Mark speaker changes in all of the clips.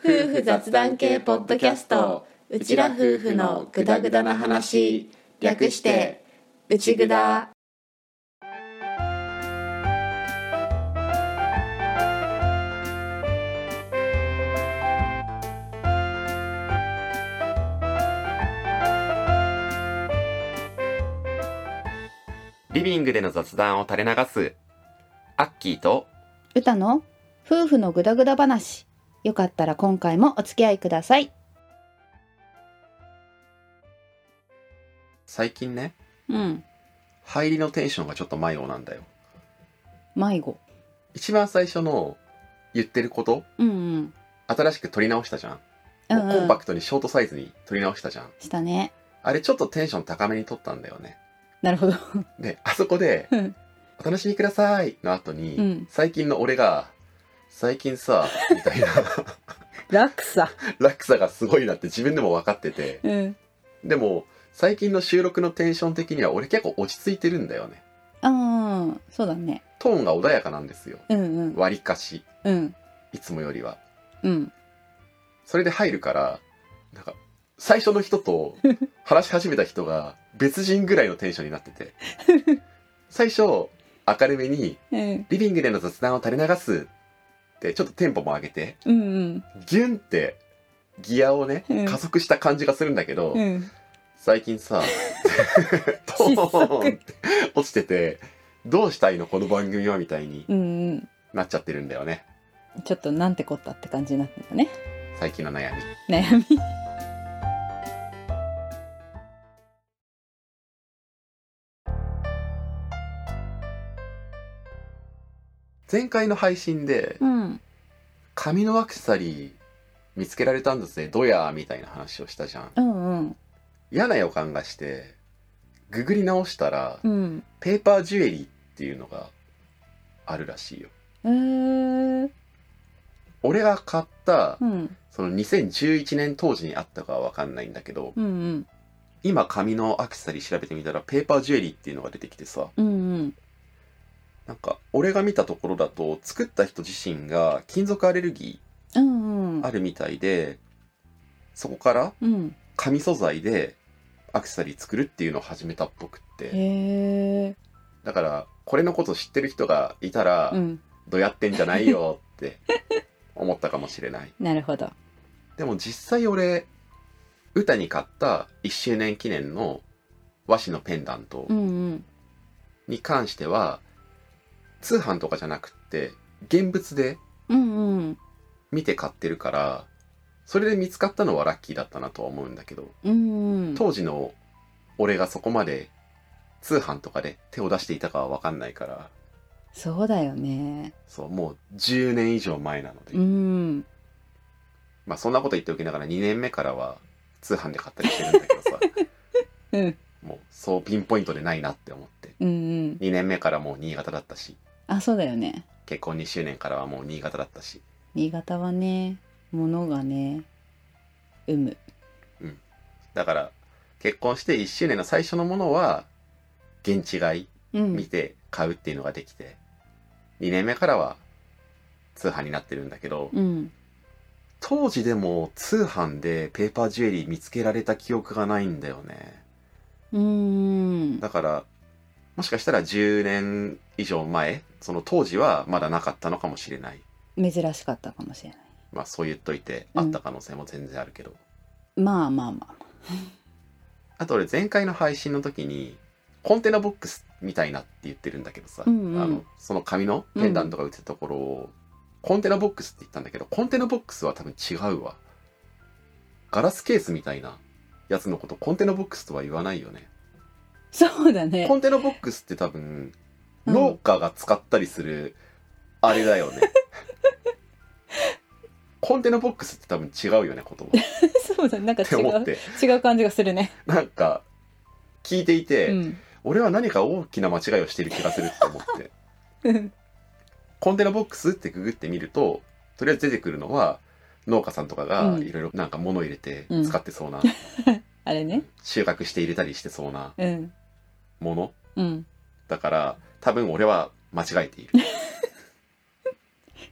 Speaker 1: 夫婦雑談系ポッドキャストうちら夫婦のグダグダな話略してうちぐだ
Speaker 2: リビングでの雑談を垂れ流す、アッキーと、
Speaker 3: 歌の夫婦のグダグダ話よかったら今回もお付き合いください
Speaker 2: 最近ね、
Speaker 3: うん
Speaker 2: 入りのテンションがちょっと迷子なんだよ。
Speaker 3: 迷子
Speaker 2: 一番最初の言ってること、
Speaker 3: うんうん
Speaker 2: 新しく撮り直したじゃん。
Speaker 3: うん
Speaker 2: もう
Speaker 3: う
Speaker 2: コンパ
Speaker 3: ん
Speaker 2: クトにショートサイズに撮り直したじゃん。
Speaker 3: したね
Speaker 2: あれちょっとテンション高めに撮ったんだよね。
Speaker 3: なるほど
Speaker 2: で、あそこで
Speaker 3: うん、
Speaker 2: お楽しみくださいの後に、
Speaker 3: うん
Speaker 2: 最近の俺が、最近さ、みたいな
Speaker 3: 楽さ
Speaker 2: 落差がすごいなって自分でも分かってて、
Speaker 3: うん
Speaker 2: でも、最近の収録のテンション的には俺結構落ち着いてるんだよね。
Speaker 3: ああそうだね
Speaker 2: トーンが穏やかなんですよ。
Speaker 3: うんうん
Speaker 2: 割りかし
Speaker 3: うん
Speaker 2: いつもよりは
Speaker 3: うん
Speaker 2: それで入るからなんか最初の人 と話し始めた人が別人ぐらいのテンションになってて最初明るめに
Speaker 3: うん
Speaker 2: 「リビングでの雑談を垂れ流す」ってちょっとテンポも上げて
Speaker 3: うん
Speaker 2: ギュンってギアをね
Speaker 3: うん
Speaker 2: 加速した感じがするんだけど、
Speaker 3: うん
Speaker 2: 最近さトーンって落ちててどうしたいのこの番組はみたいに
Speaker 3: うんうん
Speaker 2: なっちゃってるんだよね
Speaker 3: ちょっとなんてこったって感じになってたね
Speaker 2: 最近の悩み。
Speaker 3: 悩み
Speaker 2: 前回の配信で
Speaker 3: うん
Speaker 2: 紙のアクセサリー見つけられたんですねどやーみたいな話をしたじゃん
Speaker 3: うんうん
Speaker 2: 嫌な予感がしてググり直したら
Speaker 3: うん
Speaker 2: ペーパージュエリーっていうのがあるらしいよ
Speaker 3: えー、
Speaker 2: 俺が買った
Speaker 3: うん
Speaker 2: その2011年当時にあったかは分かんないんだけど
Speaker 3: うんうん
Speaker 2: 今紙のアクセサリー調べてみたらペーパージュエリーっていうのが出てきてさ
Speaker 3: うんうん
Speaker 2: なんか俺が見たところだと作った人自身が金属アレルギ
Speaker 3: うんうん
Speaker 2: ーあるみたいでそこから
Speaker 3: うん
Speaker 2: 紙素材でアクセサリー作るっていうのを始めたっぽくって
Speaker 3: へえ
Speaker 2: だからこれのこと知ってる人がいたら、
Speaker 3: うん
Speaker 2: どうやってんじゃないよって思ったかもしれない
Speaker 3: なるほど
Speaker 2: でも実際俺歌に買った1周年記念の和紙のペンダント
Speaker 3: うんうん
Speaker 2: に関しては、通販とかじゃなくって現物で
Speaker 3: うんうん
Speaker 2: 見て買ってるからそれで見つかったのはラッキーだったなとは思うんだけど
Speaker 3: うんうん
Speaker 2: 当時の俺がそこまで通販とかで手を出していたかは分かんないから
Speaker 3: そうだよね
Speaker 2: そうもう10年以上前なので、
Speaker 3: うん
Speaker 2: まあそんなこと言っておきながら2年目からは通販で買ったりしてるんだけどさ
Speaker 3: うん
Speaker 2: もうそうピンポイントでないなって思って
Speaker 3: うんうん
Speaker 2: 2年目からもう新潟だったし
Speaker 3: あそうだよね
Speaker 2: 結婚2周年からはもう新潟だったし
Speaker 3: 新潟はね物がね生む
Speaker 2: だから結婚して1周年の最初のものは現地買いう見
Speaker 3: ん
Speaker 2: て買うっていうのができて2年目からは通販になってるんだけど、
Speaker 3: うん
Speaker 2: 当時でも通販でペーパージュエリー見つけられた記憶がないんだよね
Speaker 3: うん
Speaker 2: だからもしかしたら10年以上前その当時はまだなかったのかもしれない
Speaker 3: 珍しかったかもしれない
Speaker 2: まあそう言っといて
Speaker 3: う
Speaker 2: あ
Speaker 3: ん
Speaker 2: った可能性も全然あるけど、
Speaker 3: まあまあまあ
Speaker 2: あと俺前回の配信の時にコンテナボックスみたいなって言ってるんだけどさ、
Speaker 3: うんうん
Speaker 2: あのその紙のペンダントが売ってたところを、コンテナボックスって言ったんだけどコンテナボックスは多分違うわガラスケースみたいなやつのことコンテナボックスとは言わないよね
Speaker 3: そうだね
Speaker 2: コンテナボックスって多分
Speaker 3: うん
Speaker 2: 農家が使ったりするあれだよ ね、コンテナボックスって多分違うよね 言葉
Speaker 3: そうだねなんか
Speaker 2: って
Speaker 3: 違
Speaker 2: 思っ
Speaker 3: う
Speaker 2: て
Speaker 3: 違う感じがするね
Speaker 2: なんか聞いていて、
Speaker 3: うん
Speaker 2: 俺は何か大きな間違いをしてる気がするって思って
Speaker 3: うん
Speaker 2: コンテナボックスってググってみるととりあえず出てくるのは農家さんとかが
Speaker 3: うん
Speaker 2: いろいろなんか物入れて
Speaker 3: うん
Speaker 2: 使ってそうな、
Speaker 3: あれね
Speaker 2: 収穫して入れたりしてそうな
Speaker 3: うん
Speaker 2: もの
Speaker 3: うん
Speaker 2: だから多分俺は間違えている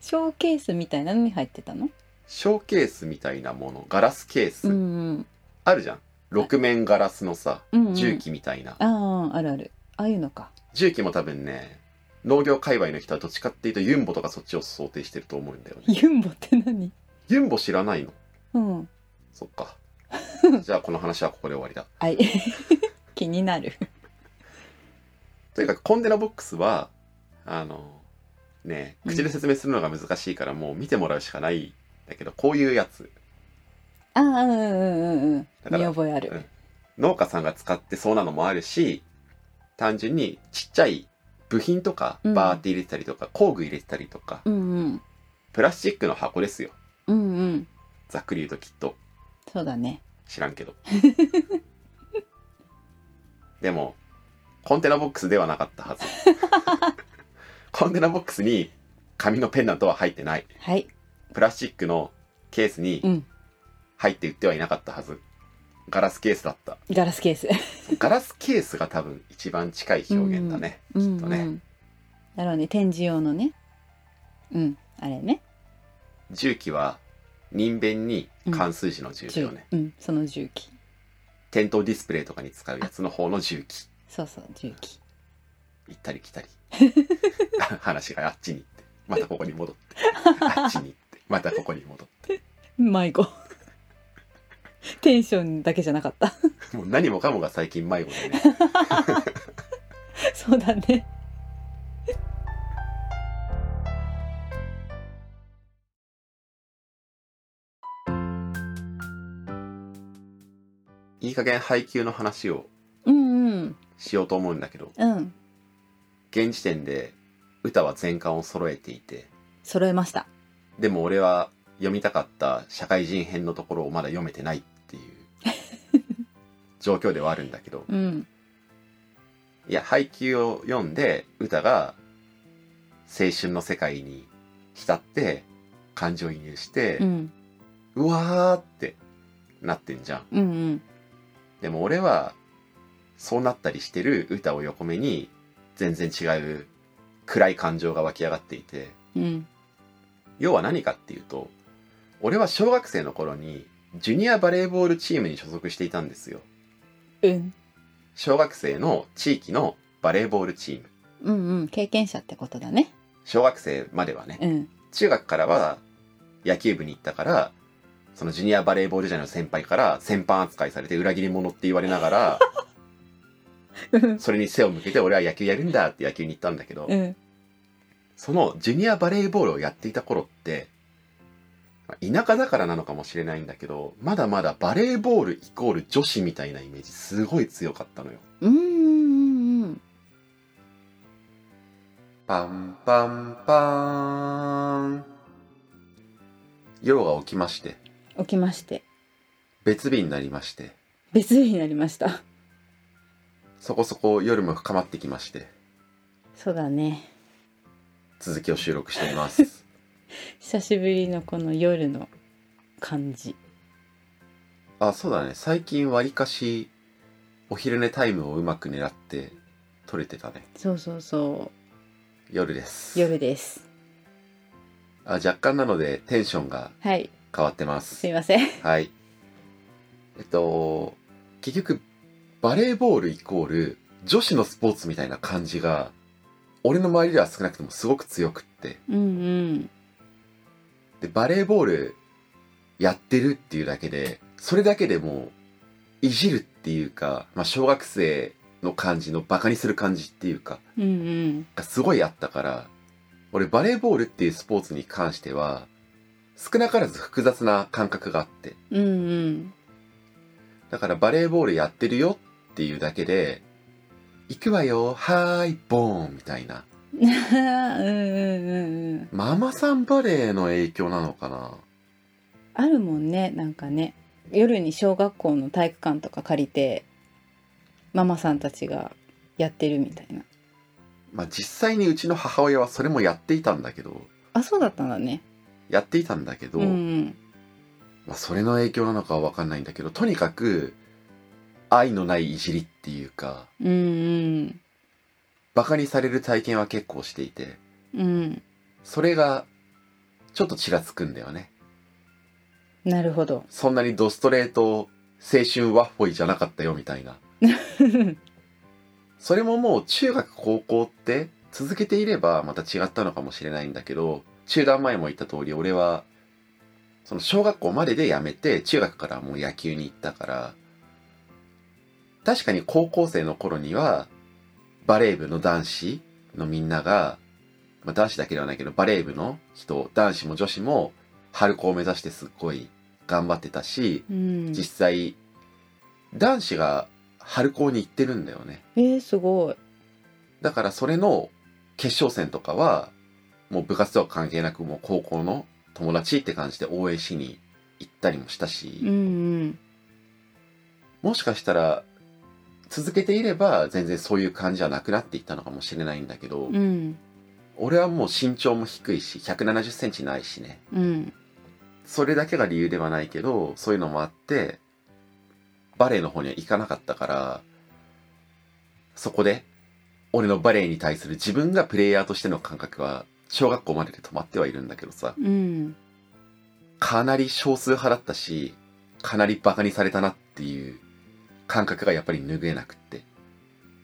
Speaker 3: ショーケースみたいなのに入ってたの
Speaker 2: ショーケースみたいなものガラスケース、
Speaker 3: うん
Speaker 2: あるじゃん6面ガラスのさ
Speaker 3: うんうん
Speaker 2: 重機みたいな、
Speaker 3: あああるあるああいうのか
Speaker 2: 重機も多分ね農業界隈の人はどっちかっていうとユンボとかそっちを想定してると思うんだよね
Speaker 3: ユンボって何
Speaker 2: ユンボ知らないの
Speaker 3: うん
Speaker 2: そっかじゃあこの話はここで終わり だ
Speaker 3: はい気になる
Speaker 2: とにかくコンテナボックスはあのね口で説明するのが難しいからもう見てもらうしかないんだけどこういうやつ
Speaker 3: ああうんうんうんうん
Speaker 2: だか
Speaker 3: 見
Speaker 2: ら
Speaker 3: 覚えある、
Speaker 2: うん農家さんが使ってそうなのもあるし単純にちっちゃい部品とか
Speaker 3: うん
Speaker 2: バーって入れてたりとか、工具入れてたりとか
Speaker 3: うんうん
Speaker 2: プラスチックの箱ですよ
Speaker 3: うんうん
Speaker 2: ざっくり言うときっと
Speaker 3: そうだね
Speaker 2: 知らんけど でもコンテナボックスではなかったはずコンテナボックスに紙のペンダントは入ってない
Speaker 3: はい
Speaker 2: プラスチックのケース
Speaker 3: う
Speaker 2: に
Speaker 3: ん
Speaker 2: 入って売ってはいなかったはずガラスケースだった
Speaker 3: ガラスケース
Speaker 2: ガラスケースが多分一番近い表現だね、きっとね、
Speaker 3: うんうん、だろうね展示用のねうんあれね
Speaker 2: 重機は人弁に関数字の重機をね、
Speaker 3: 重うんその重機
Speaker 2: 点灯ディスプレイとかに使うやつの方の重機
Speaker 3: そうそう重機
Speaker 2: 行ったり来たり 話があっちに行ってまたここに戻ってあっちに行ってまたここに戻っ
Speaker 3: 迷子 テンションだけじゃなかった
Speaker 2: てもう何もかもが最近迷子でね
Speaker 3: そうだね
Speaker 2: いい加減配給の話を
Speaker 3: うんうん
Speaker 2: しようと思うんだけど
Speaker 3: うん
Speaker 2: 現時点で歌は全巻を揃えていて
Speaker 3: 揃えました
Speaker 2: でも俺は読みたかった社会人編のところをまだ読めてないっていう状況ではあるんだけど
Speaker 3: うん
Speaker 2: いや配給を読んで歌が青春の世界に浸って感情移入して、
Speaker 3: う
Speaker 2: うんわーってなってんじゃん
Speaker 3: うんうん
Speaker 2: でも俺はそうなったりしてる歌を横目に全然違う暗い感情が湧き上がっていて
Speaker 3: うん
Speaker 2: 要は何かっていうと俺は小学生の頃にジュニアバレーボールチームに所属していたんですよ
Speaker 3: うん
Speaker 2: 小学生の地域のバレーボールチーム
Speaker 3: うんうん経験者ってことだね
Speaker 2: 小学生まではね
Speaker 3: うん
Speaker 2: 中学からは野球部に行ったからそのジュニアバレーボール時代の先輩から先輩扱いされて裏切り者って言われながらそれに背を向けて俺は野球やるんだって野球に行ったんだけど、
Speaker 3: うん
Speaker 2: そのジュニアバレーボールをやっていた頃ってまあ田舎だからなのかもしれないんだけどまだまだバレーボールイコール女子みたいなイメージすごい強かったのよ。
Speaker 3: うんうんうん
Speaker 2: パンパンパーン夜が起きまして
Speaker 3: 起きまして
Speaker 2: 別日になりまして
Speaker 3: 別日になりました
Speaker 2: そこそこ夜も深まってきまして、
Speaker 3: そうだね
Speaker 2: 続きを収録してい ます。
Speaker 3: 久しぶりのこの夜の感じ
Speaker 2: あ、そうだね。最近わりかし、お昼寝タイムをうまく狙って、撮れてたね。
Speaker 3: そうそうそ
Speaker 2: 夜です。
Speaker 3: う夜です
Speaker 2: あ、若干なのでテンションが
Speaker 3: はい
Speaker 2: 変わってますす
Speaker 3: い。ません
Speaker 2: はい。えっと、結局、バレーボールイコール、女子のスポーツみたいな感じが、俺の周りでは少なくともすごく強くって。
Speaker 3: うんうん
Speaker 2: でバレーボールやってるっていうだけでそれだけでもういじるっていうか、まあ、小学生の感じのバカにする感じっていうか
Speaker 3: うんうん
Speaker 2: がすごいあったから俺バレーボールっていうスポーツに関しては少なからず複雑な感覚があって
Speaker 3: うんうん
Speaker 2: だからバレーボールやってるよっていうだけで行くわよはーいボーンみたいな
Speaker 3: うんうんうんうん
Speaker 2: ママさんバレーの影響なのかな
Speaker 3: あるもんねなんかね夜に小学校の体育館とか借りてママさんたちがやってるみたいな
Speaker 2: まあ実際にうちの母親はそれもやっていたんだけど
Speaker 3: あそうだったんだね
Speaker 2: やっていたんだけど、
Speaker 3: うん
Speaker 2: まあ、それの影響なのかは分かんないんだけどとにかく愛のないいじりっていうか
Speaker 3: うんうん
Speaker 2: バカにされる体験は結構していて
Speaker 3: うん
Speaker 2: それがちょっとちらつくんだよね
Speaker 3: なるほど
Speaker 2: そんなにドストレート青春ワッフォイじゃなかったよみたいなそれももう中学高校って続けていればまた違ったのかもしれないんだけど中断前も言った通り俺はその小学校までで辞めて中学からもう野球に行ったから確かに高校生の頃にはバレー部の男子のみんなが、まあ、男子だけではないけどバレー部の人男子も女子も春高を目指してすっごい頑張ってたし
Speaker 3: うん
Speaker 2: 実際男子が春高に行ってるんだよね
Speaker 3: えー、すごい
Speaker 2: だからそれの決勝戦とかはもう部活とは関係なくもう高校の友達って感じで応援しに行ったりもしたし、
Speaker 3: うんうん
Speaker 2: もしかしたら続けていれば全然そういう感じはなくなっていったのかもしれないんだけど、
Speaker 3: うん
Speaker 2: 俺はもう身長も低いし1 7 0センチないしね
Speaker 3: うん
Speaker 2: それだけが理由ではないけどそういうのもあってバレエの方には行かなかったからそこで俺のバレエに対する自分がプレイヤーとしての感覚は小学校までで止まってはいるんだけどさ
Speaker 3: うん
Speaker 2: かなり少数派だったしかなりバカにされたなっていう感覚がやっぱり拭えなくって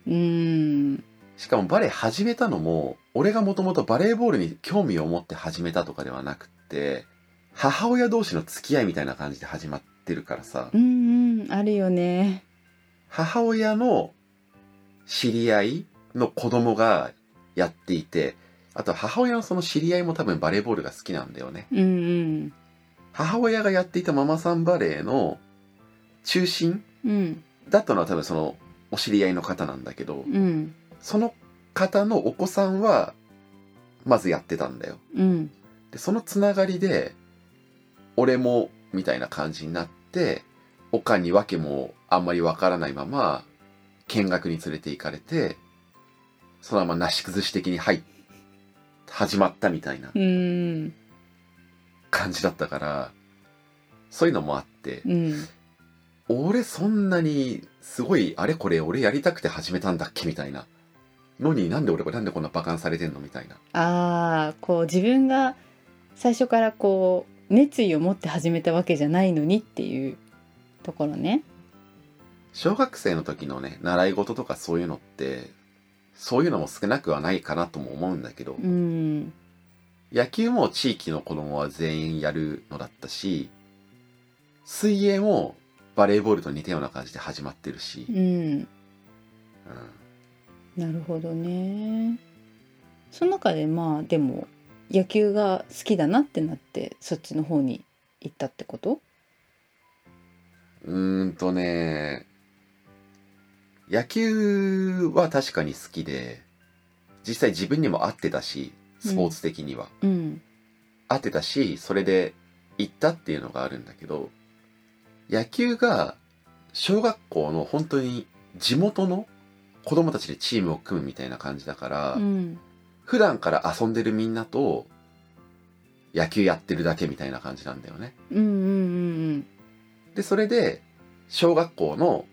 Speaker 3: うん
Speaker 2: しかもバレエ始めたのも俺がもともとバレーボールに興味を持って始めたとかではなくって母親同士の付き合いみたいな感じで始まってるからさ
Speaker 3: うんうんあるよね
Speaker 2: 母親の知り合いの子供がやっていてあと母親のその知り合いも多分バレーボールが好きなんだよね
Speaker 3: うん
Speaker 2: 母親がやっていたママさんバレーの中心
Speaker 3: うんうん
Speaker 2: だったのは多分そのお知り合いの方なんだけど
Speaker 3: うん
Speaker 2: その方のお子さんはまずやってたんだよ
Speaker 3: うん
Speaker 2: でそのつながりで俺もみたいな感じになっておかんに訳もあんまりわからないまま見学に連れて行かれてそのままなし崩し的に入っ始まったみたいな
Speaker 3: うん
Speaker 2: 感じだったからそういうのもあって
Speaker 3: うん
Speaker 2: 俺そんなにすごいあれこれ俺やりたくて始めたんだっけみたいなのになんで俺なんでこんなバカンされてんのみたいな
Speaker 3: ああこう自分が最初からこう熱意を持って始めたわけじゃないのにっていうところね。
Speaker 2: 小学生の時のね習い事とかそういうのってそういうのも少なくはないかなとも思うんだけど、
Speaker 3: うん
Speaker 2: 野球も地域の子供は全員やるのだったし水泳もバレーボールと似たような感じで始まってるし、
Speaker 3: うん
Speaker 2: うん
Speaker 3: なるほどね。その中でまあでも野球が好きだなってなってそっちの方に行ったってこと
Speaker 2: うーんとね、野球は確かに好きで、実際自分にも合ってたし、スポーツ的には。
Speaker 3: うん
Speaker 2: 合ってたし、それで行ったっていうのがあるんだけど、野球が小学校の本当に地元の子供たちでチームを組むみたいな感じだから、
Speaker 3: うん
Speaker 2: 普段から遊んでるみんなと野球やってるだけみたいな感じなんだよね。
Speaker 3: うんうん
Speaker 2: で、それで、小学校の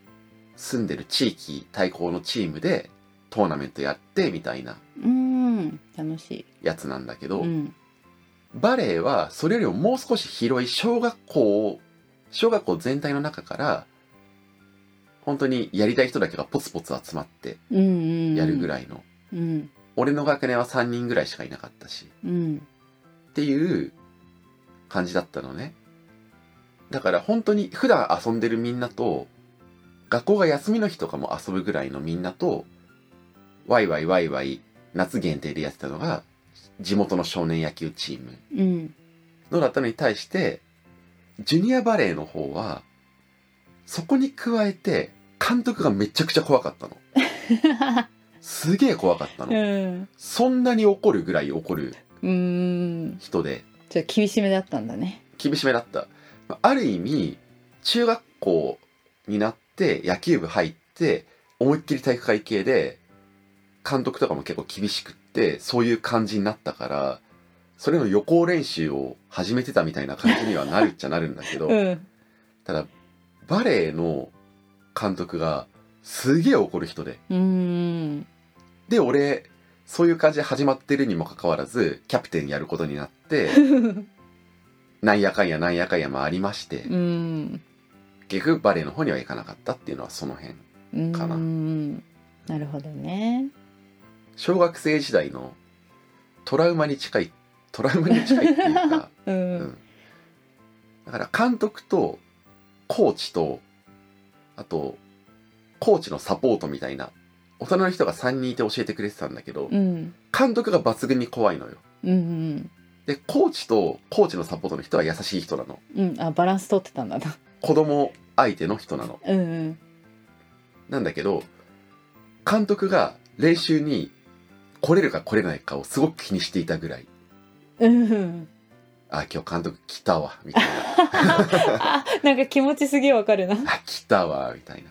Speaker 2: 住んでる地域対抗のチームでトーナメントやってみたいな
Speaker 3: うんうんうん楽しい。
Speaker 2: やつなんだけど、
Speaker 3: うん
Speaker 2: バレエはそれよりももう少し広い小学校を、小学校全体の中から、本当にやりたい人だけがポツポツ集まって
Speaker 3: うんうん
Speaker 2: やるぐ
Speaker 3: い。
Speaker 2: らいの、
Speaker 3: うん
Speaker 2: 俺の学年は3人ぐらいしかいなかったし、
Speaker 3: うん
Speaker 2: っていう感じだったのね。だから本当に普段遊んでるみんなと、学校が休みの日とかも遊ぶぐらいのみんなと、ワイワイワイワイ夏限定でやってたのが、地元の少年野球チーム
Speaker 3: うん
Speaker 2: のだったのに対して、ジュニアバレーの方は、そこに加えて、監督がめちゃくちゃ怖かったの。すげえ怖かった
Speaker 3: う
Speaker 2: の。
Speaker 3: ん
Speaker 2: そんなに怒るぐらい怒る
Speaker 3: うん
Speaker 2: 人で、
Speaker 3: ちょっと厳しめだったんだね。
Speaker 2: 厳しめだったまあある意味中学校になって野球部入って思いっきり体育会系で監督とかも結構厳しくってそういう感じになったからそれの予行練習を始めてたみたいな感じにはなるっちゃなるんだけ ど、
Speaker 3: うん。
Speaker 2: ただバレエの監督がすげえ怒る人で
Speaker 3: うん。
Speaker 2: で俺 そういう感じで始まってるにもかかわらずキャプテンやることになってなんやかんやなんやかんやまあありまして、
Speaker 3: うん
Speaker 2: 結局バレエの方には行かなかったっていうのはその辺
Speaker 3: うん
Speaker 2: かな
Speaker 3: なるほどね
Speaker 2: 小学生時代のトラウマに近いトラウマに近いっていう か
Speaker 3: う
Speaker 2: うんんだから監督とコーチとあとコーチのサポートみたいな大人の人が3人いて教えてくれてたんだけど、
Speaker 3: うん
Speaker 2: 監督が抜群に怖いのよ
Speaker 3: うんうん
Speaker 2: でコーチとコーチのサポートの人は優しい人なの
Speaker 3: うんあバランス取ってたんだな
Speaker 2: 子供相手の人なの
Speaker 3: うん
Speaker 2: なんだけど監督が練習に来れるか来れないかをすごく気にしていたぐらい
Speaker 3: うんうん
Speaker 2: あ今日監督来たわみたいな
Speaker 3: あなんか気持ちすげえわかるな
Speaker 2: あ来たわみたいな、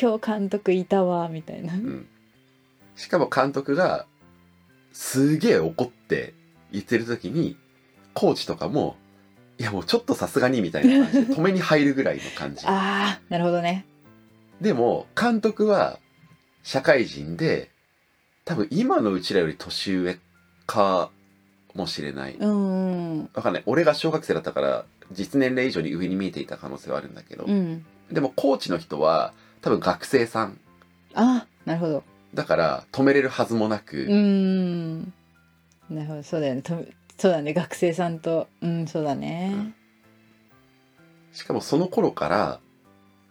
Speaker 3: 今日監督いたわみたいな
Speaker 2: うん、しかも監督がすげえ怒って言ってる時にコーチとかもいやもうちょっとさすがにみたいな感じで止めに入るぐらいの感 じ
Speaker 3: あーなるほどね
Speaker 2: でも監督は社会人で多分今のうちらより年上かもしれない
Speaker 3: うんうん
Speaker 2: わかんない俺が小学生だったから実年齢以上に上に見えていた可能性はあるんだけど、
Speaker 3: うん
Speaker 2: でもコーチの人は多分学生さん
Speaker 3: あなるほど
Speaker 2: だから止めれるはずもなく、
Speaker 3: うんなるほどそうだよねとそうだね学生さんとうんそうだね
Speaker 2: しかもその頃から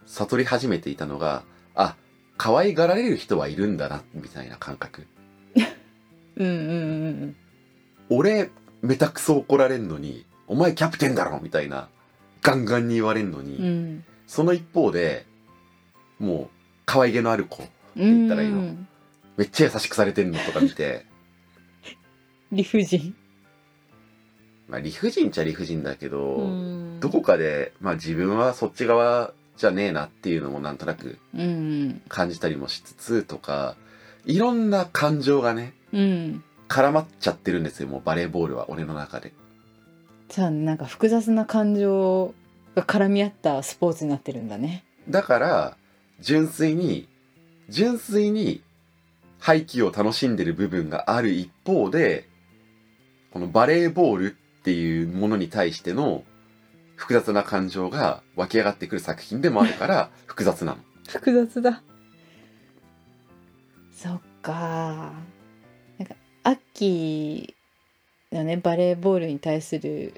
Speaker 2: 悟り始めていたのがあ可愛がられる人はいるんだなみたいな感覚
Speaker 3: うんうんうん
Speaker 2: 俺めたくそ怒られんのにお前キャプテンだろみたいなガンガンに言われんのに、
Speaker 3: うんうん
Speaker 2: その一方でもう可愛げのある子
Speaker 3: う
Speaker 2: 言
Speaker 3: ん
Speaker 2: ったらいいの
Speaker 3: うん
Speaker 2: めっちゃ優しくされてんのとか見て。
Speaker 3: 理不尽
Speaker 2: まあ、理不尽っちゃ理不尽だけど、
Speaker 3: うん
Speaker 2: どこかで、まあ、自分はそっち側じゃねえなっていうのもなんとなく
Speaker 3: うん
Speaker 2: 感じたりもしつつとかいろんな感情がね
Speaker 3: うん
Speaker 2: 絡まっちゃってるんですよもうバレーボールは俺の中で
Speaker 3: じゃあなんか複雑な感情が絡み合ったスポーツになってるんだね
Speaker 2: だから純粋に純粋に廃棄を楽しんでる部分がある一方でこのバレーボールっていうものに対しての複雑な感情が湧き上がってくる作品でもあるから 複雑なの。
Speaker 3: 複雑だそっかなんかアッキーのねバレーボールに対する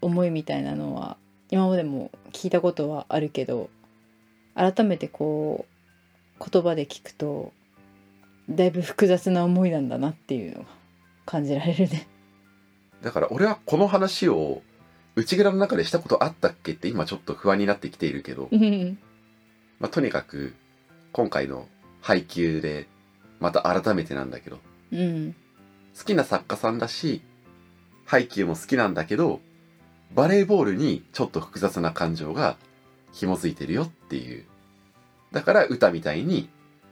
Speaker 3: 思いみたいなのは今までも聞いたことはあるけど改めてこう言葉で聞くとだいぶ複雑な思いなんだなっていうのが感じられるね。
Speaker 2: だから俺はこの話を内蔵の中でしたことあったっけって今ちょっと不安になってきているけど、
Speaker 3: うん
Speaker 2: まあ、とにかく今回の配給でまた改めてなんだけど
Speaker 3: うん
Speaker 2: 好きな作家さんだし配給も好きなんだけどバレーボールにちょっと複雑な感情が紐づいてるよっていうだから歌みたいに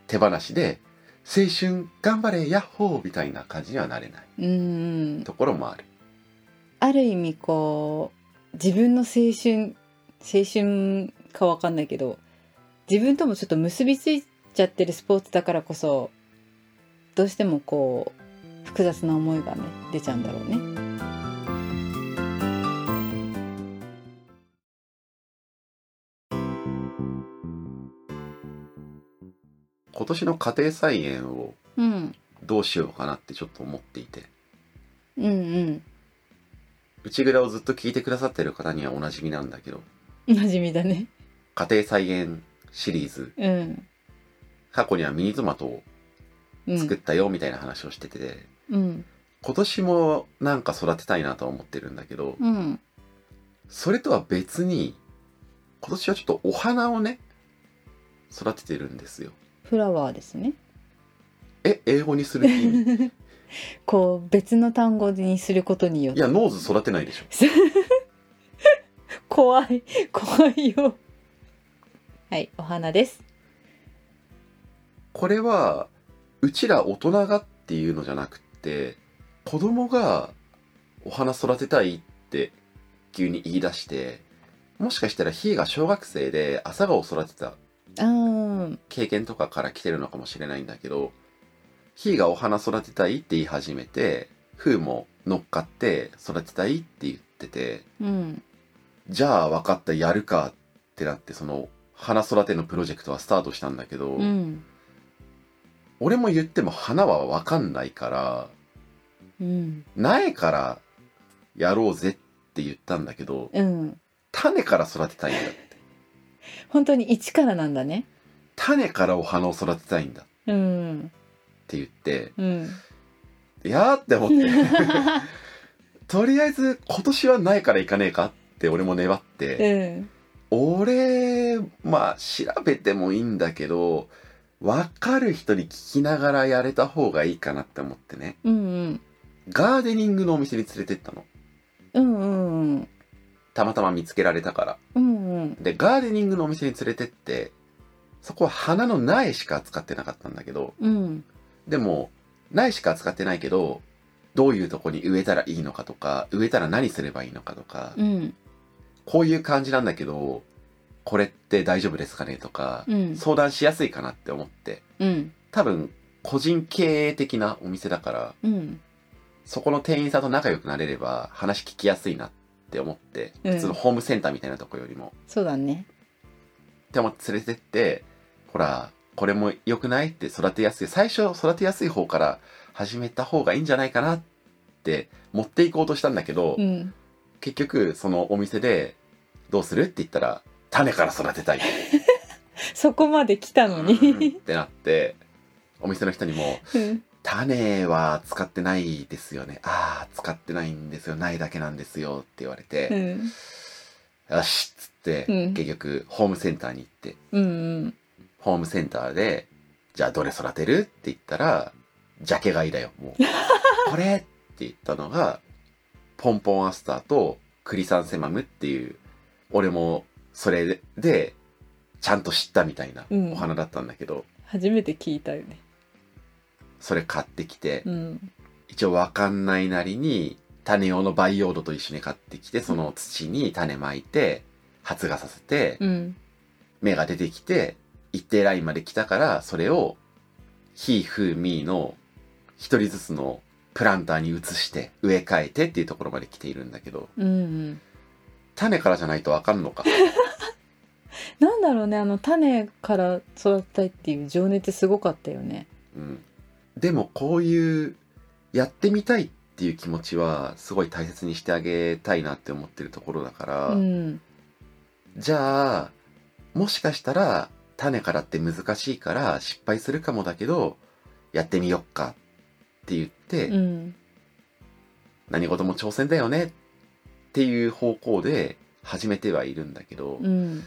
Speaker 2: 手放しで「青春頑張れヤッホー」みたいな感じにはなれない
Speaker 3: うん
Speaker 2: ところもある
Speaker 3: ある意味こう自分の青春青春かわかんないけど自分ともちょっと結びついちゃってるスポーツだからこそどうしてもこう複雑な思いがね出ちゃうんだろうね。
Speaker 2: 今年の家庭菜園を
Speaker 3: うん、
Speaker 2: どうしようかなってちょっと思っていて
Speaker 3: うんうん
Speaker 2: 内蔵をずっと聞いてくださってる方にはおなじみなんだけど
Speaker 3: 馴染みだね。
Speaker 2: 家庭菜園シリーズ
Speaker 3: うん、
Speaker 2: 過去にはミニトマトを
Speaker 3: うん、
Speaker 2: 作ったよみたいな話をしてて、
Speaker 3: うん
Speaker 2: 今年もなんか育てたいなとは思ってるんだけど
Speaker 3: うん
Speaker 2: それとは別に今年はちょっとお花をね育ててるんですよ
Speaker 3: フラワーですね。
Speaker 2: え英語にするって意味
Speaker 3: こう別の単語にすることによっ
Speaker 2: い
Speaker 3: て
Speaker 2: やノーズ育てないでしょ
Speaker 3: 怖い 怖いよ。はいお花です。
Speaker 2: これはうちら大人がっていうのじゃなくって子供がお花育てたいって急に言い出してもしかしたらひーが小学生で朝顔を育てた
Speaker 3: あー
Speaker 2: 経験とかから来てるのかもしれないんだけどひーがお花育てたいって言い始めてふーも乗っかって育てたいって言っってて
Speaker 3: うん
Speaker 2: じゃあ分かったやるかってなってその花育てのプロジェクトはスタートしたんだけど、
Speaker 3: うん
Speaker 2: 俺も言っても花は分かんないから
Speaker 3: うん
Speaker 2: 苗からやろうぜって言ったんだけど
Speaker 3: うん
Speaker 2: 種から育てたいんだ
Speaker 3: 本当に一からなんだね
Speaker 2: 種からお花を育てたいんだっ
Speaker 3: うん
Speaker 2: て言って
Speaker 3: うん
Speaker 2: いやーって思ってとりあえず今年は苗からいかねえかって俺も粘って。
Speaker 3: うん
Speaker 2: 俺まあ調べてもいいんだけど分かる人に聞きながらやれた方がいいかなって思ってね
Speaker 3: うん
Speaker 2: ガーデニングのお店に連れてったの
Speaker 3: うんうんうん
Speaker 2: たまたま見つけられたから
Speaker 3: うんうん
Speaker 2: でガーデニングのお店に連れてってそこは花の苗しか扱ってなかったんだけど
Speaker 3: うん
Speaker 2: でも苗しか扱ってないけどどういうとこに植えたらいいのかとか植えたら何すればいいのかとか、
Speaker 3: うん
Speaker 2: こういう感じなんだけどこれって大丈夫ですかねとか、
Speaker 3: うん
Speaker 2: 相談しやすいかなって思って
Speaker 3: うん
Speaker 2: 多分個人経営的なお店だから
Speaker 3: うん
Speaker 2: そこの店員さんと仲良くなれれば話聞きやすいなって思って
Speaker 3: うん
Speaker 2: 普通のホームセンターみたいなとこよりも、
Speaker 3: そうだね
Speaker 2: って思って連れてってほらこれも良くないって育てやすい最初育てやすい方から始めた方がいいんじゃないかなって持っていこうとしたんだけど、
Speaker 3: うん
Speaker 2: 結局そのお店で「どうする?」って言ったら「種から育てたい」
Speaker 3: そこまで来たの
Speaker 2: っ
Speaker 3: に
Speaker 2: てなってお店の人にも
Speaker 3: うん
Speaker 2: 種は使ってないですよねああ使ってないんですよないだけなんですよって言われ
Speaker 3: う
Speaker 2: て、
Speaker 3: ん
Speaker 2: よしっつって、
Speaker 3: うん
Speaker 2: 結局ホームセンターに行って
Speaker 3: うん
Speaker 2: ホームセンターでじゃあどれ育てるって言ったらジャケ買いだよも うこれって言ったのがポンポンアスターとクリサンセマムっていう俺もそれでちゃんと知ったみたいな
Speaker 3: うん
Speaker 2: お花だったんだけど、
Speaker 3: 初めて聞いたよね
Speaker 2: それ買ってきて、
Speaker 3: うん
Speaker 2: 一応わかんないなりに種用の培養土と一緒に買ってきてその土に種まいて発芽させて
Speaker 3: うん
Speaker 2: 芽が出てきて一定ラインまで来たからそれをヒーフーミーの一人ずつのプランターに移して植え替えてっていうところまで来ているんだけど
Speaker 3: うんうん
Speaker 2: 種からじゃないとわかんの か
Speaker 3: なんだろうねあの種から育てたいっていう情熱すごかったよね
Speaker 2: うんでもこういうやってみたいっていう気持ちはすごい大切にしてあげたいなって思ってるところだから、
Speaker 3: うん
Speaker 2: じゃあもしかしたら種からって難しいから失敗するかもだけどやってみよっかって言って、
Speaker 3: うん
Speaker 2: 何事も挑戦だよねっていう方向で始めてはいるんだけど、
Speaker 3: うん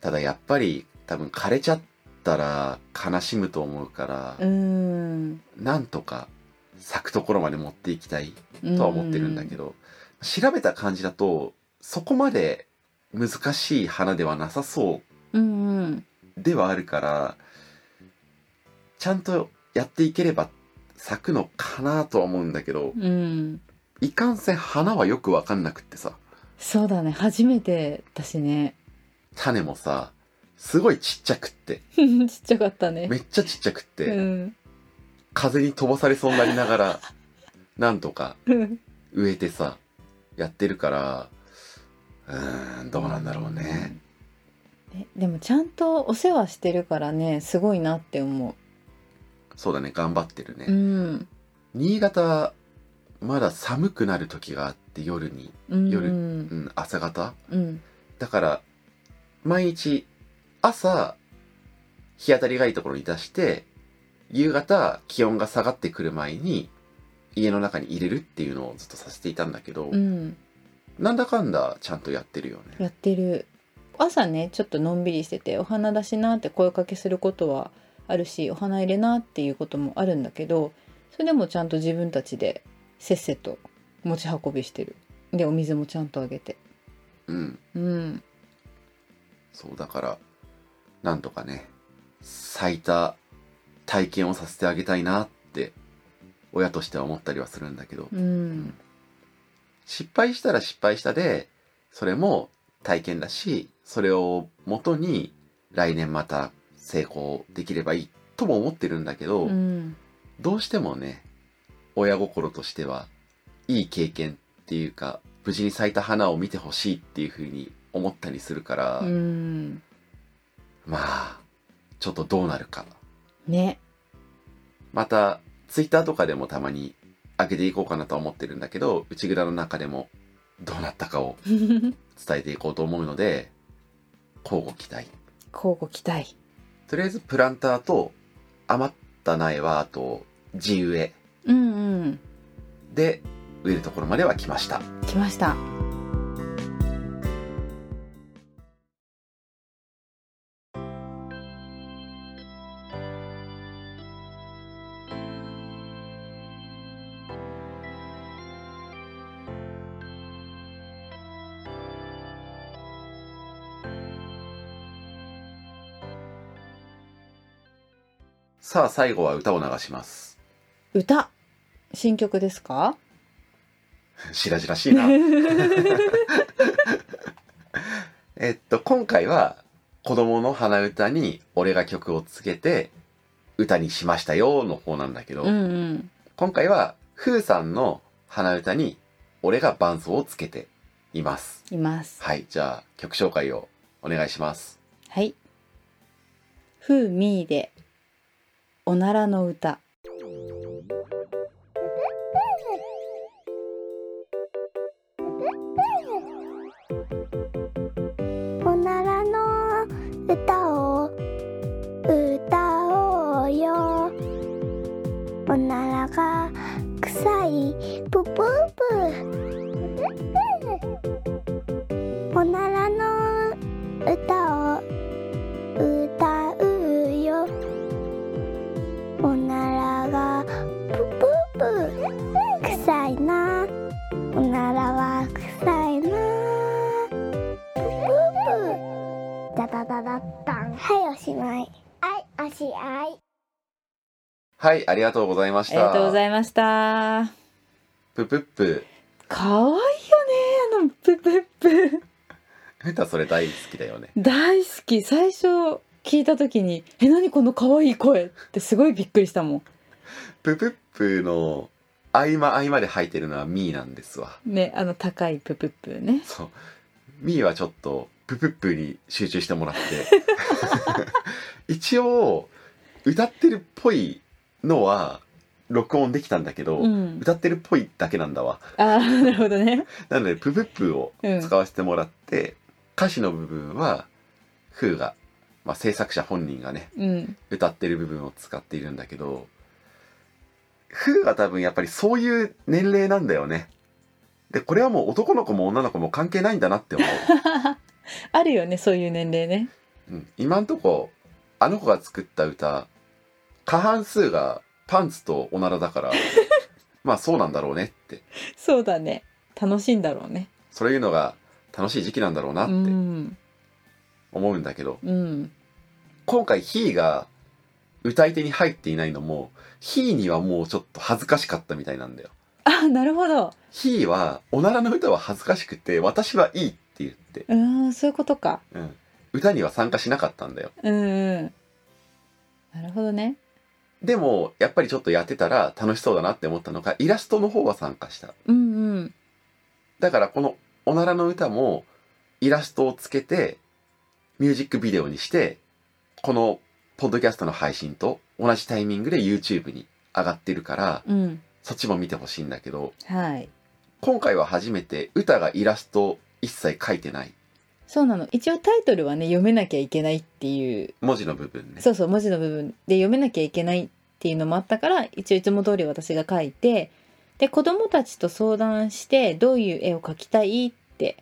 Speaker 2: ただやっぱり多分枯れちゃったら悲しむと思うから、
Speaker 3: うん
Speaker 2: なんとか咲くところまで持っていきたい
Speaker 3: うん
Speaker 2: とは思ってるんだけど、調べた感じだとそこまで難しい花ではなさそう
Speaker 3: うんうん
Speaker 2: ではあるからちゃんとやっていければ咲くのかなとは思うんだけど
Speaker 3: うん
Speaker 2: いかんせん花はよくわかんなくってさ
Speaker 3: そうだね初めてだしね
Speaker 2: 種もさすごいちっちゃくって
Speaker 3: ちっちゃかったね
Speaker 2: めっちゃちっちゃくって、
Speaker 3: うん
Speaker 2: 風に飛ばされそうになりながらなんとか
Speaker 3: うん
Speaker 2: 植えてさやってるからうーんどうなんだろうね
Speaker 3: えでもちゃんとお世話してるからねすごいなって思
Speaker 2: そうだね頑張ってるね、
Speaker 3: ううん
Speaker 2: 新潟まだ寒くなる時があって夜に、
Speaker 3: うん
Speaker 2: 夜
Speaker 3: うん
Speaker 2: うん、朝方
Speaker 3: うん
Speaker 2: だから毎日朝日当たりがいいところに出して夕方気温が下がってくる前に家の中に入れるっていうのをずっとさせていたんだけど、
Speaker 3: うん
Speaker 2: なんだかんだちゃんとやってるよね
Speaker 3: やってる朝ねちょっとのんびりしててお花だしなって声かけすることはあるしお花入れなっていうこともあるんだけどそれでもちゃんと自分たちでせっせと持ち運びしてるでお水もちゃんとあげて
Speaker 2: うん
Speaker 3: うん
Speaker 2: そうだからなんとかね咲いた体験をさせてあげたいなって親としては思ったりはするんだけど、
Speaker 3: うん
Speaker 2: 失敗したら失敗したでそれも体験だしそれを元に来年また成功できればいいとも思ってるんだけど、
Speaker 3: うん
Speaker 2: どうしてもね親心としてはいい経験っていうか無事に咲いた花を見てほしいっていうふうに思ったりするから、
Speaker 3: うん
Speaker 2: まあちょっとどうなるか
Speaker 3: ね
Speaker 2: またツイッターとかでもたまに上げていこうかなとは思ってるんだけど内蔵の中でもどうなったかを伝えていこうと思うので交互期待
Speaker 3: 交互期待
Speaker 2: とりあえずプランターと余った苗はあと地植え
Speaker 3: うんうん
Speaker 2: で植えるところまでは来ました
Speaker 3: 来ました
Speaker 2: さあ最後は歌を流します
Speaker 3: 歌新曲ですか
Speaker 2: 白々 しいなえっと今回は子供の鼻歌に俺が曲をつけて歌にしましたよの方なんだけど、
Speaker 3: うんうん
Speaker 2: 今回はふーさんの鼻歌に俺が伴奏をつけています
Speaker 3: います
Speaker 2: はいじゃあ曲紹介をお願いします
Speaker 3: はい「ふうみーでおならの歌
Speaker 4: おならの歌を歌おうよおならが臭いプププおならの歌を歌うよおならがプププ臭いなおならは臭いなダダダダッタンはいおしまいはいおしまい
Speaker 2: はいありがとうございま」し
Speaker 3: ありが
Speaker 2: た
Speaker 3: とうございました
Speaker 2: ぷぷっぷ
Speaker 3: 可愛いよねあのプププ
Speaker 2: ふーたんそれ大好きだよね
Speaker 3: 大好き最初聞いた時に「え何この可愛い声」ってすごいびっくりしたも
Speaker 2: ぷぷっぷの合間合間で吐いてるのはミーなんですわ
Speaker 3: んねあの高いプププね
Speaker 2: そう。ミーはちょっと、ププップに集中してもら って。一応、歌ってるっぽいのは、録音できたんだけど、
Speaker 3: うん
Speaker 2: 歌ってるっぽいだけなんだわ。
Speaker 3: ああなるほどね
Speaker 2: なので、ププップを
Speaker 3: うん
Speaker 2: 使わせてもらって、歌詞の部分は、フーが、まあ、制作者本人がね、
Speaker 3: うん
Speaker 2: 歌ってる部分を使っているんだけど、フーは多分やっぱりそういう年齢なんだよね。で、これはもう男の子も女の子も関係ないんだなって思う。
Speaker 3: あるよねそういう年齢ね
Speaker 2: うん今んとこあの子が作った歌過半数がパンツとおならだ からまあそうなんだろうねって
Speaker 3: そうだね楽しいんだろうね
Speaker 2: そういうのが楽しい時期なんだろうなっ
Speaker 3: う
Speaker 2: て
Speaker 3: ん
Speaker 2: 思うんだけど、
Speaker 3: うん
Speaker 2: 今回ヒーが歌い手に入っていないのもヒーにはもうちょっと恥ずかしかったみたいなんだよ
Speaker 3: あなるほど
Speaker 2: ヒーはおならの歌は恥ずかしくて私はいいって言って、
Speaker 3: うーんそういうことか
Speaker 2: うん、歌には参加しなかったんだよ
Speaker 3: うんうんなるほどね
Speaker 2: でもやっぱりちょっとやってたら楽しそうだなって思ったのがイラストの方は参加した
Speaker 3: うんうん
Speaker 2: だからこの「おならの歌」もイラストをつけてミュージックビデオにしてこのポッドキャストの配信と同じタイミングで YouTube に上がってるから
Speaker 3: うん
Speaker 2: そっちも見てほしいんだけど
Speaker 3: はい
Speaker 2: 今回は初めて歌がイラストを一切書いてない
Speaker 3: そうなの一応タイトルはね読めなきゃいけないっていう
Speaker 2: 文字の部分ね
Speaker 3: そうそう文字の部分で読めなきゃいけないっていうのもあったから一応いつも通り私が書いてで子供たちと相談してどういう絵を描きたいって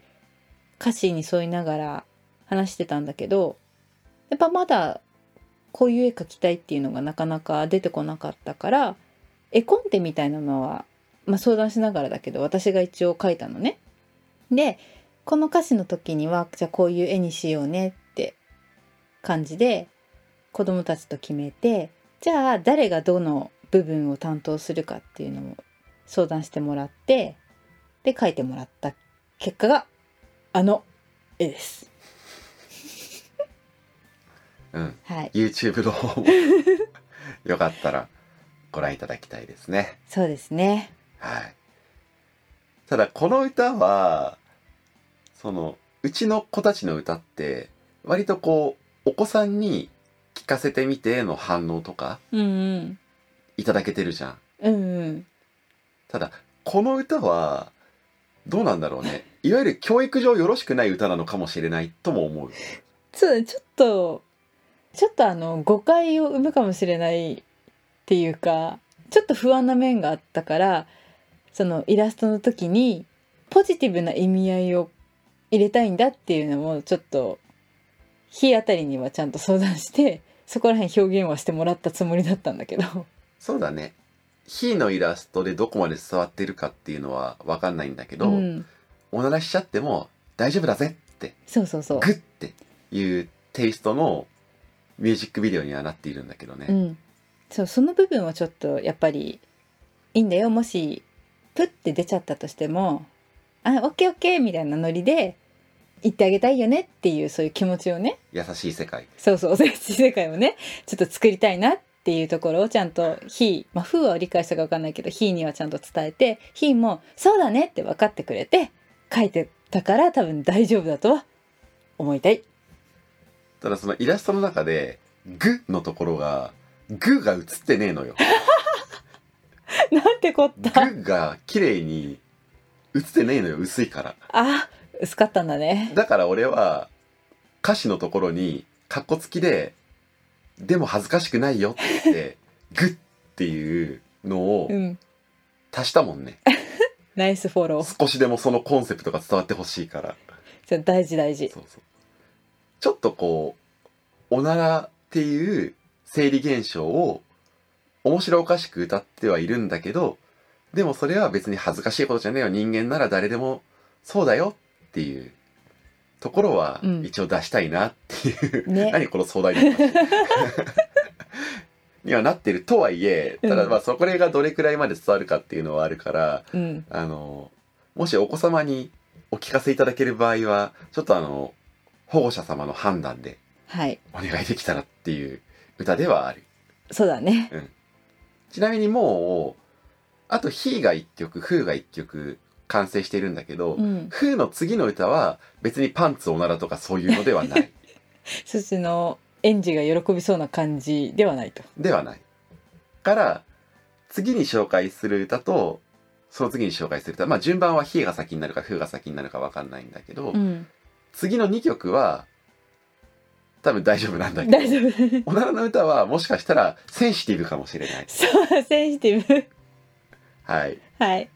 Speaker 3: 歌詞に沿いながら話してたんだけどやっぱまだこういう絵描きたいっていうのがなかなか出てこなかったから絵コンテみたいなのは、まあ、相談しながらだけど私が一応描いたのね。でこの歌詞の時にはじゃあこういう絵にしようねって感じで子供たちと決めてじゃあ誰がどの部分を担当するかっていうのを相談してもらってで書いてもらった結果があの絵です。
Speaker 2: うん
Speaker 3: はい、
Speaker 2: YouTube の方も よかったらご覧いただきたいですね
Speaker 3: そうですね。
Speaker 2: はいただこの歌はそのうちの子たちの歌って割とこうお子さんに聞かせてみての反応とか
Speaker 3: うん
Speaker 2: いただけてるじゃん
Speaker 3: うんうん
Speaker 2: ただこの歌はどうなんだろうねいわゆる教育上よろしくない歌なのかもしれないとも思う
Speaker 3: そうだねちょっとちょっとあの誤解を生むかもしれないっていうかちょっと不安な面があったからそのイラストの時にポジティブな意味合いを入れたいんだっていうのもちょっと日あたりにはちゃんと相談してそこら辺表現はしてもらったつもりだったんだけど
Speaker 2: そうだね「火」のイラストでどこまで伝わってるかっていうのは分かんないんだけど、
Speaker 3: ん、
Speaker 2: おならしちゃっても大丈夫だぜって
Speaker 3: そうそうそう
Speaker 2: グッていうテイストのミュージックビデオにはなっているんだけどね、
Speaker 3: うん、そうその部分はちょっとやっぱりいいんだよもしプッて出ちゃったとしても「あオッケーオッケー」みたいなノリで言ってあげたいよねっていうそういう気持ちをね
Speaker 2: 優しい世界
Speaker 3: そうそう全世界をねちょっと作りたいなっていうところをちゃんと「ひ」まあ「ふ」は理解したか分かんないけど「ひ」にはちゃんと伝えて「ひ」も「そうだね」って分かってくれて書いてたから多分大丈夫だとは思いた い。
Speaker 2: ただそのイラストの中で「グ」のところが「グ」が映ってねえの よ
Speaker 3: なんてこっ
Speaker 2: 「
Speaker 3: た
Speaker 2: グ」が綺麗に映ってねえのよ薄いから
Speaker 3: あ薄かったんだね。
Speaker 2: だから俺は歌詞のところにカッコつきで「でも恥ずかしくないよ」って言 って「グ」っていうのを
Speaker 3: うん
Speaker 2: 足したもんね
Speaker 3: ナイスフォロー。
Speaker 2: 少しでもそのコンセプトが伝わってほしいから
Speaker 3: それ大事大事。
Speaker 2: そうそうちょっとこうおならっていう生理現象を面白おかしく歌ってはいるんだけどでもそれは別に恥ずかしいことじゃねえよ人間なら誰でもそうだよっていうところは
Speaker 3: うん
Speaker 2: 一応出したいなっていう、
Speaker 3: ね
Speaker 2: 何この壮大な 話にはなってるとはいえただまあそこがどれくらいまで伝わるかっていうのはあるから、
Speaker 3: うん。
Speaker 2: あの、もしお子様にお聞かせいただける場合は、ちょっとあの、保護者様の判断で
Speaker 3: はい。
Speaker 2: お願いできたらっていう歌ではある。
Speaker 3: そうだね。
Speaker 2: ちなみにもう、あと、ヒーが1曲、フーが1曲完成しているんだけど
Speaker 3: う、ん。
Speaker 2: フーの次の歌は別にパンツおならとかそういうのでは ない。
Speaker 3: そっちの園児が喜びそうな感じではないと。
Speaker 2: ではない。から、次に紹介する歌と、その次に紹介する歌、まあ順番はヒーが先になるか、フーが先になるかわかんないんだけど、
Speaker 3: うん。
Speaker 2: 次の2曲は多分大丈夫なんだけど
Speaker 3: 大丈夫。
Speaker 2: おならの歌はもしかしたらセンシティブかもしれない
Speaker 3: そう、センシティブ。
Speaker 2: はい
Speaker 3: はい。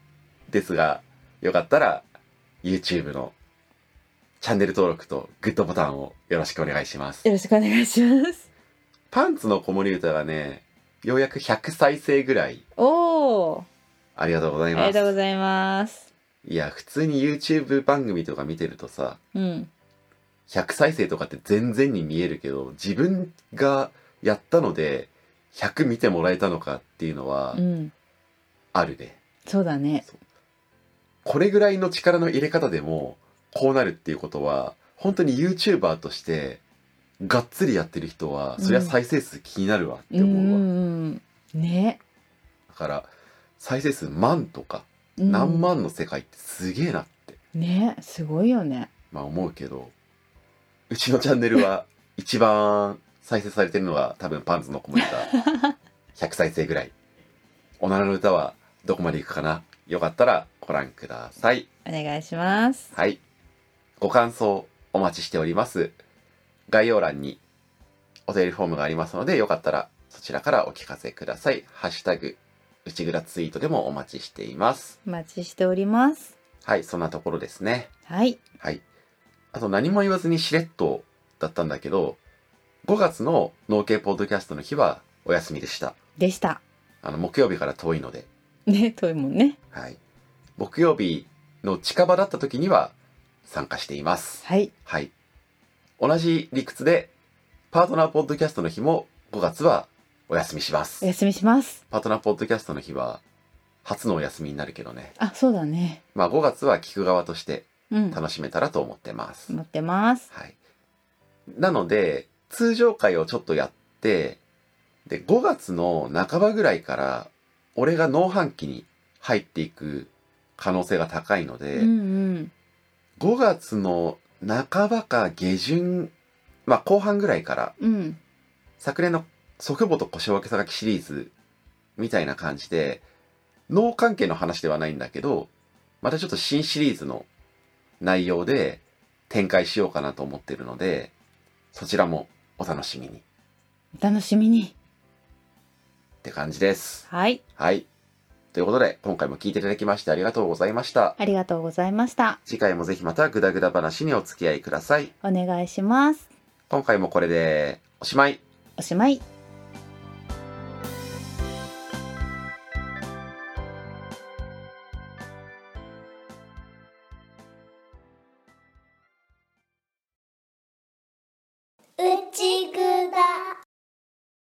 Speaker 2: ですがよかったら YouTube のチャンネル登録とグッドボタンをよろしくお願いします
Speaker 3: よろしくお願いします。
Speaker 2: パンツの子守歌がねようやく100再生ぐらい
Speaker 3: おー。
Speaker 2: ありがとうござ
Speaker 3: あ
Speaker 2: い
Speaker 3: り
Speaker 2: ま
Speaker 3: が
Speaker 2: す
Speaker 3: とうございます。
Speaker 2: いや普通に YouTube 番組とか見てるとさ
Speaker 3: うん。
Speaker 2: 100再生とかって全然に見えるけど自分がやったので100見てもらえたのかっていうのは
Speaker 3: うん。
Speaker 2: あるね
Speaker 3: そうだね。
Speaker 2: これぐらいの力の入れ方でもこうなるっていうことは本当に YouTuber としてがっつりやってる人はそりゃ再生数気になるわって
Speaker 3: う
Speaker 2: 思
Speaker 3: ん
Speaker 2: うわ、
Speaker 3: うんうん。ね。
Speaker 2: だから再生数万とか
Speaker 3: うん
Speaker 2: 何万の世界ってすげえなって、
Speaker 3: ね。すごいよね。
Speaker 2: まあ、思うけどうちのチャンネル は一番再生されてるのは多分パンツの子もいた100再生ぐらいおならの歌はどこまでいくかなよかったらご覧ください
Speaker 3: お願いします。
Speaker 2: はい。ご感想お待ちしております。概要欄にお便りフォームがありますので、よかったらそちらからお聞かせください。ハッシュタグ、内蔵ツイートでもお待ちしています。
Speaker 3: お待ちしております。
Speaker 2: はい、そんなところですね。
Speaker 3: はい。
Speaker 2: はい。あと何も言わずにしれっとだったんだけど、5月の農系ポッドキャストの日はお休みでした。
Speaker 3: でした。
Speaker 2: あの、木曜日から遠いので。
Speaker 3: ね、遠いもんね。
Speaker 2: はい。木曜日の近場だった時には参加しています。
Speaker 3: はい。
Speaker 2: はい。同じ理屈で、パートナーポッドキャストの日も5月はお休みしま
Speaker 3: お
Speaker 2: す。
Speaker 3: 休みします。
Speaker 2: パートナーポッドキャストの日は初のお休みになるけどね。
Speaker 3: あ、そうだね。
Speaker 2: まあ5月は聞く側として
Speaker 3: うん。
Speaker 2: 楽しめたらと思ってます。
Speaker 3: 持ってます。
Speaker 2: はい。なので、通常回をちょっとやって、で、5月の半ばぐらいから、俺が農繁期に入っていく可能性が高いので、
Speaker 3: うんうん
Speaker 2: 5月の半ばか下旬、まあ、後半ぐらいから
Speaker 3: うん
Speaker 2: 昨年の祖父母と腰を分けさがきシリーズみたいな感じで脳関係の話ではないんだけどまたちょっと新シリーズの内容で展開しようかなと思ってるのでそちらもお楽しみにっ
Speaker 3: お楽しみに
Speaker 2: て感じです。
Speaker 3: はい
Speaker 2: はい。ということで今回も聞いていただきましてありがとうございました。
Speaker 3: ありがとうございました
Speaker 2: 次回もぜひまたグダグダ話にお付き合いください。
Speaker 3: お願いします
Speaker 2: 今回もこれでおしまい。
Speaker 3: おしまい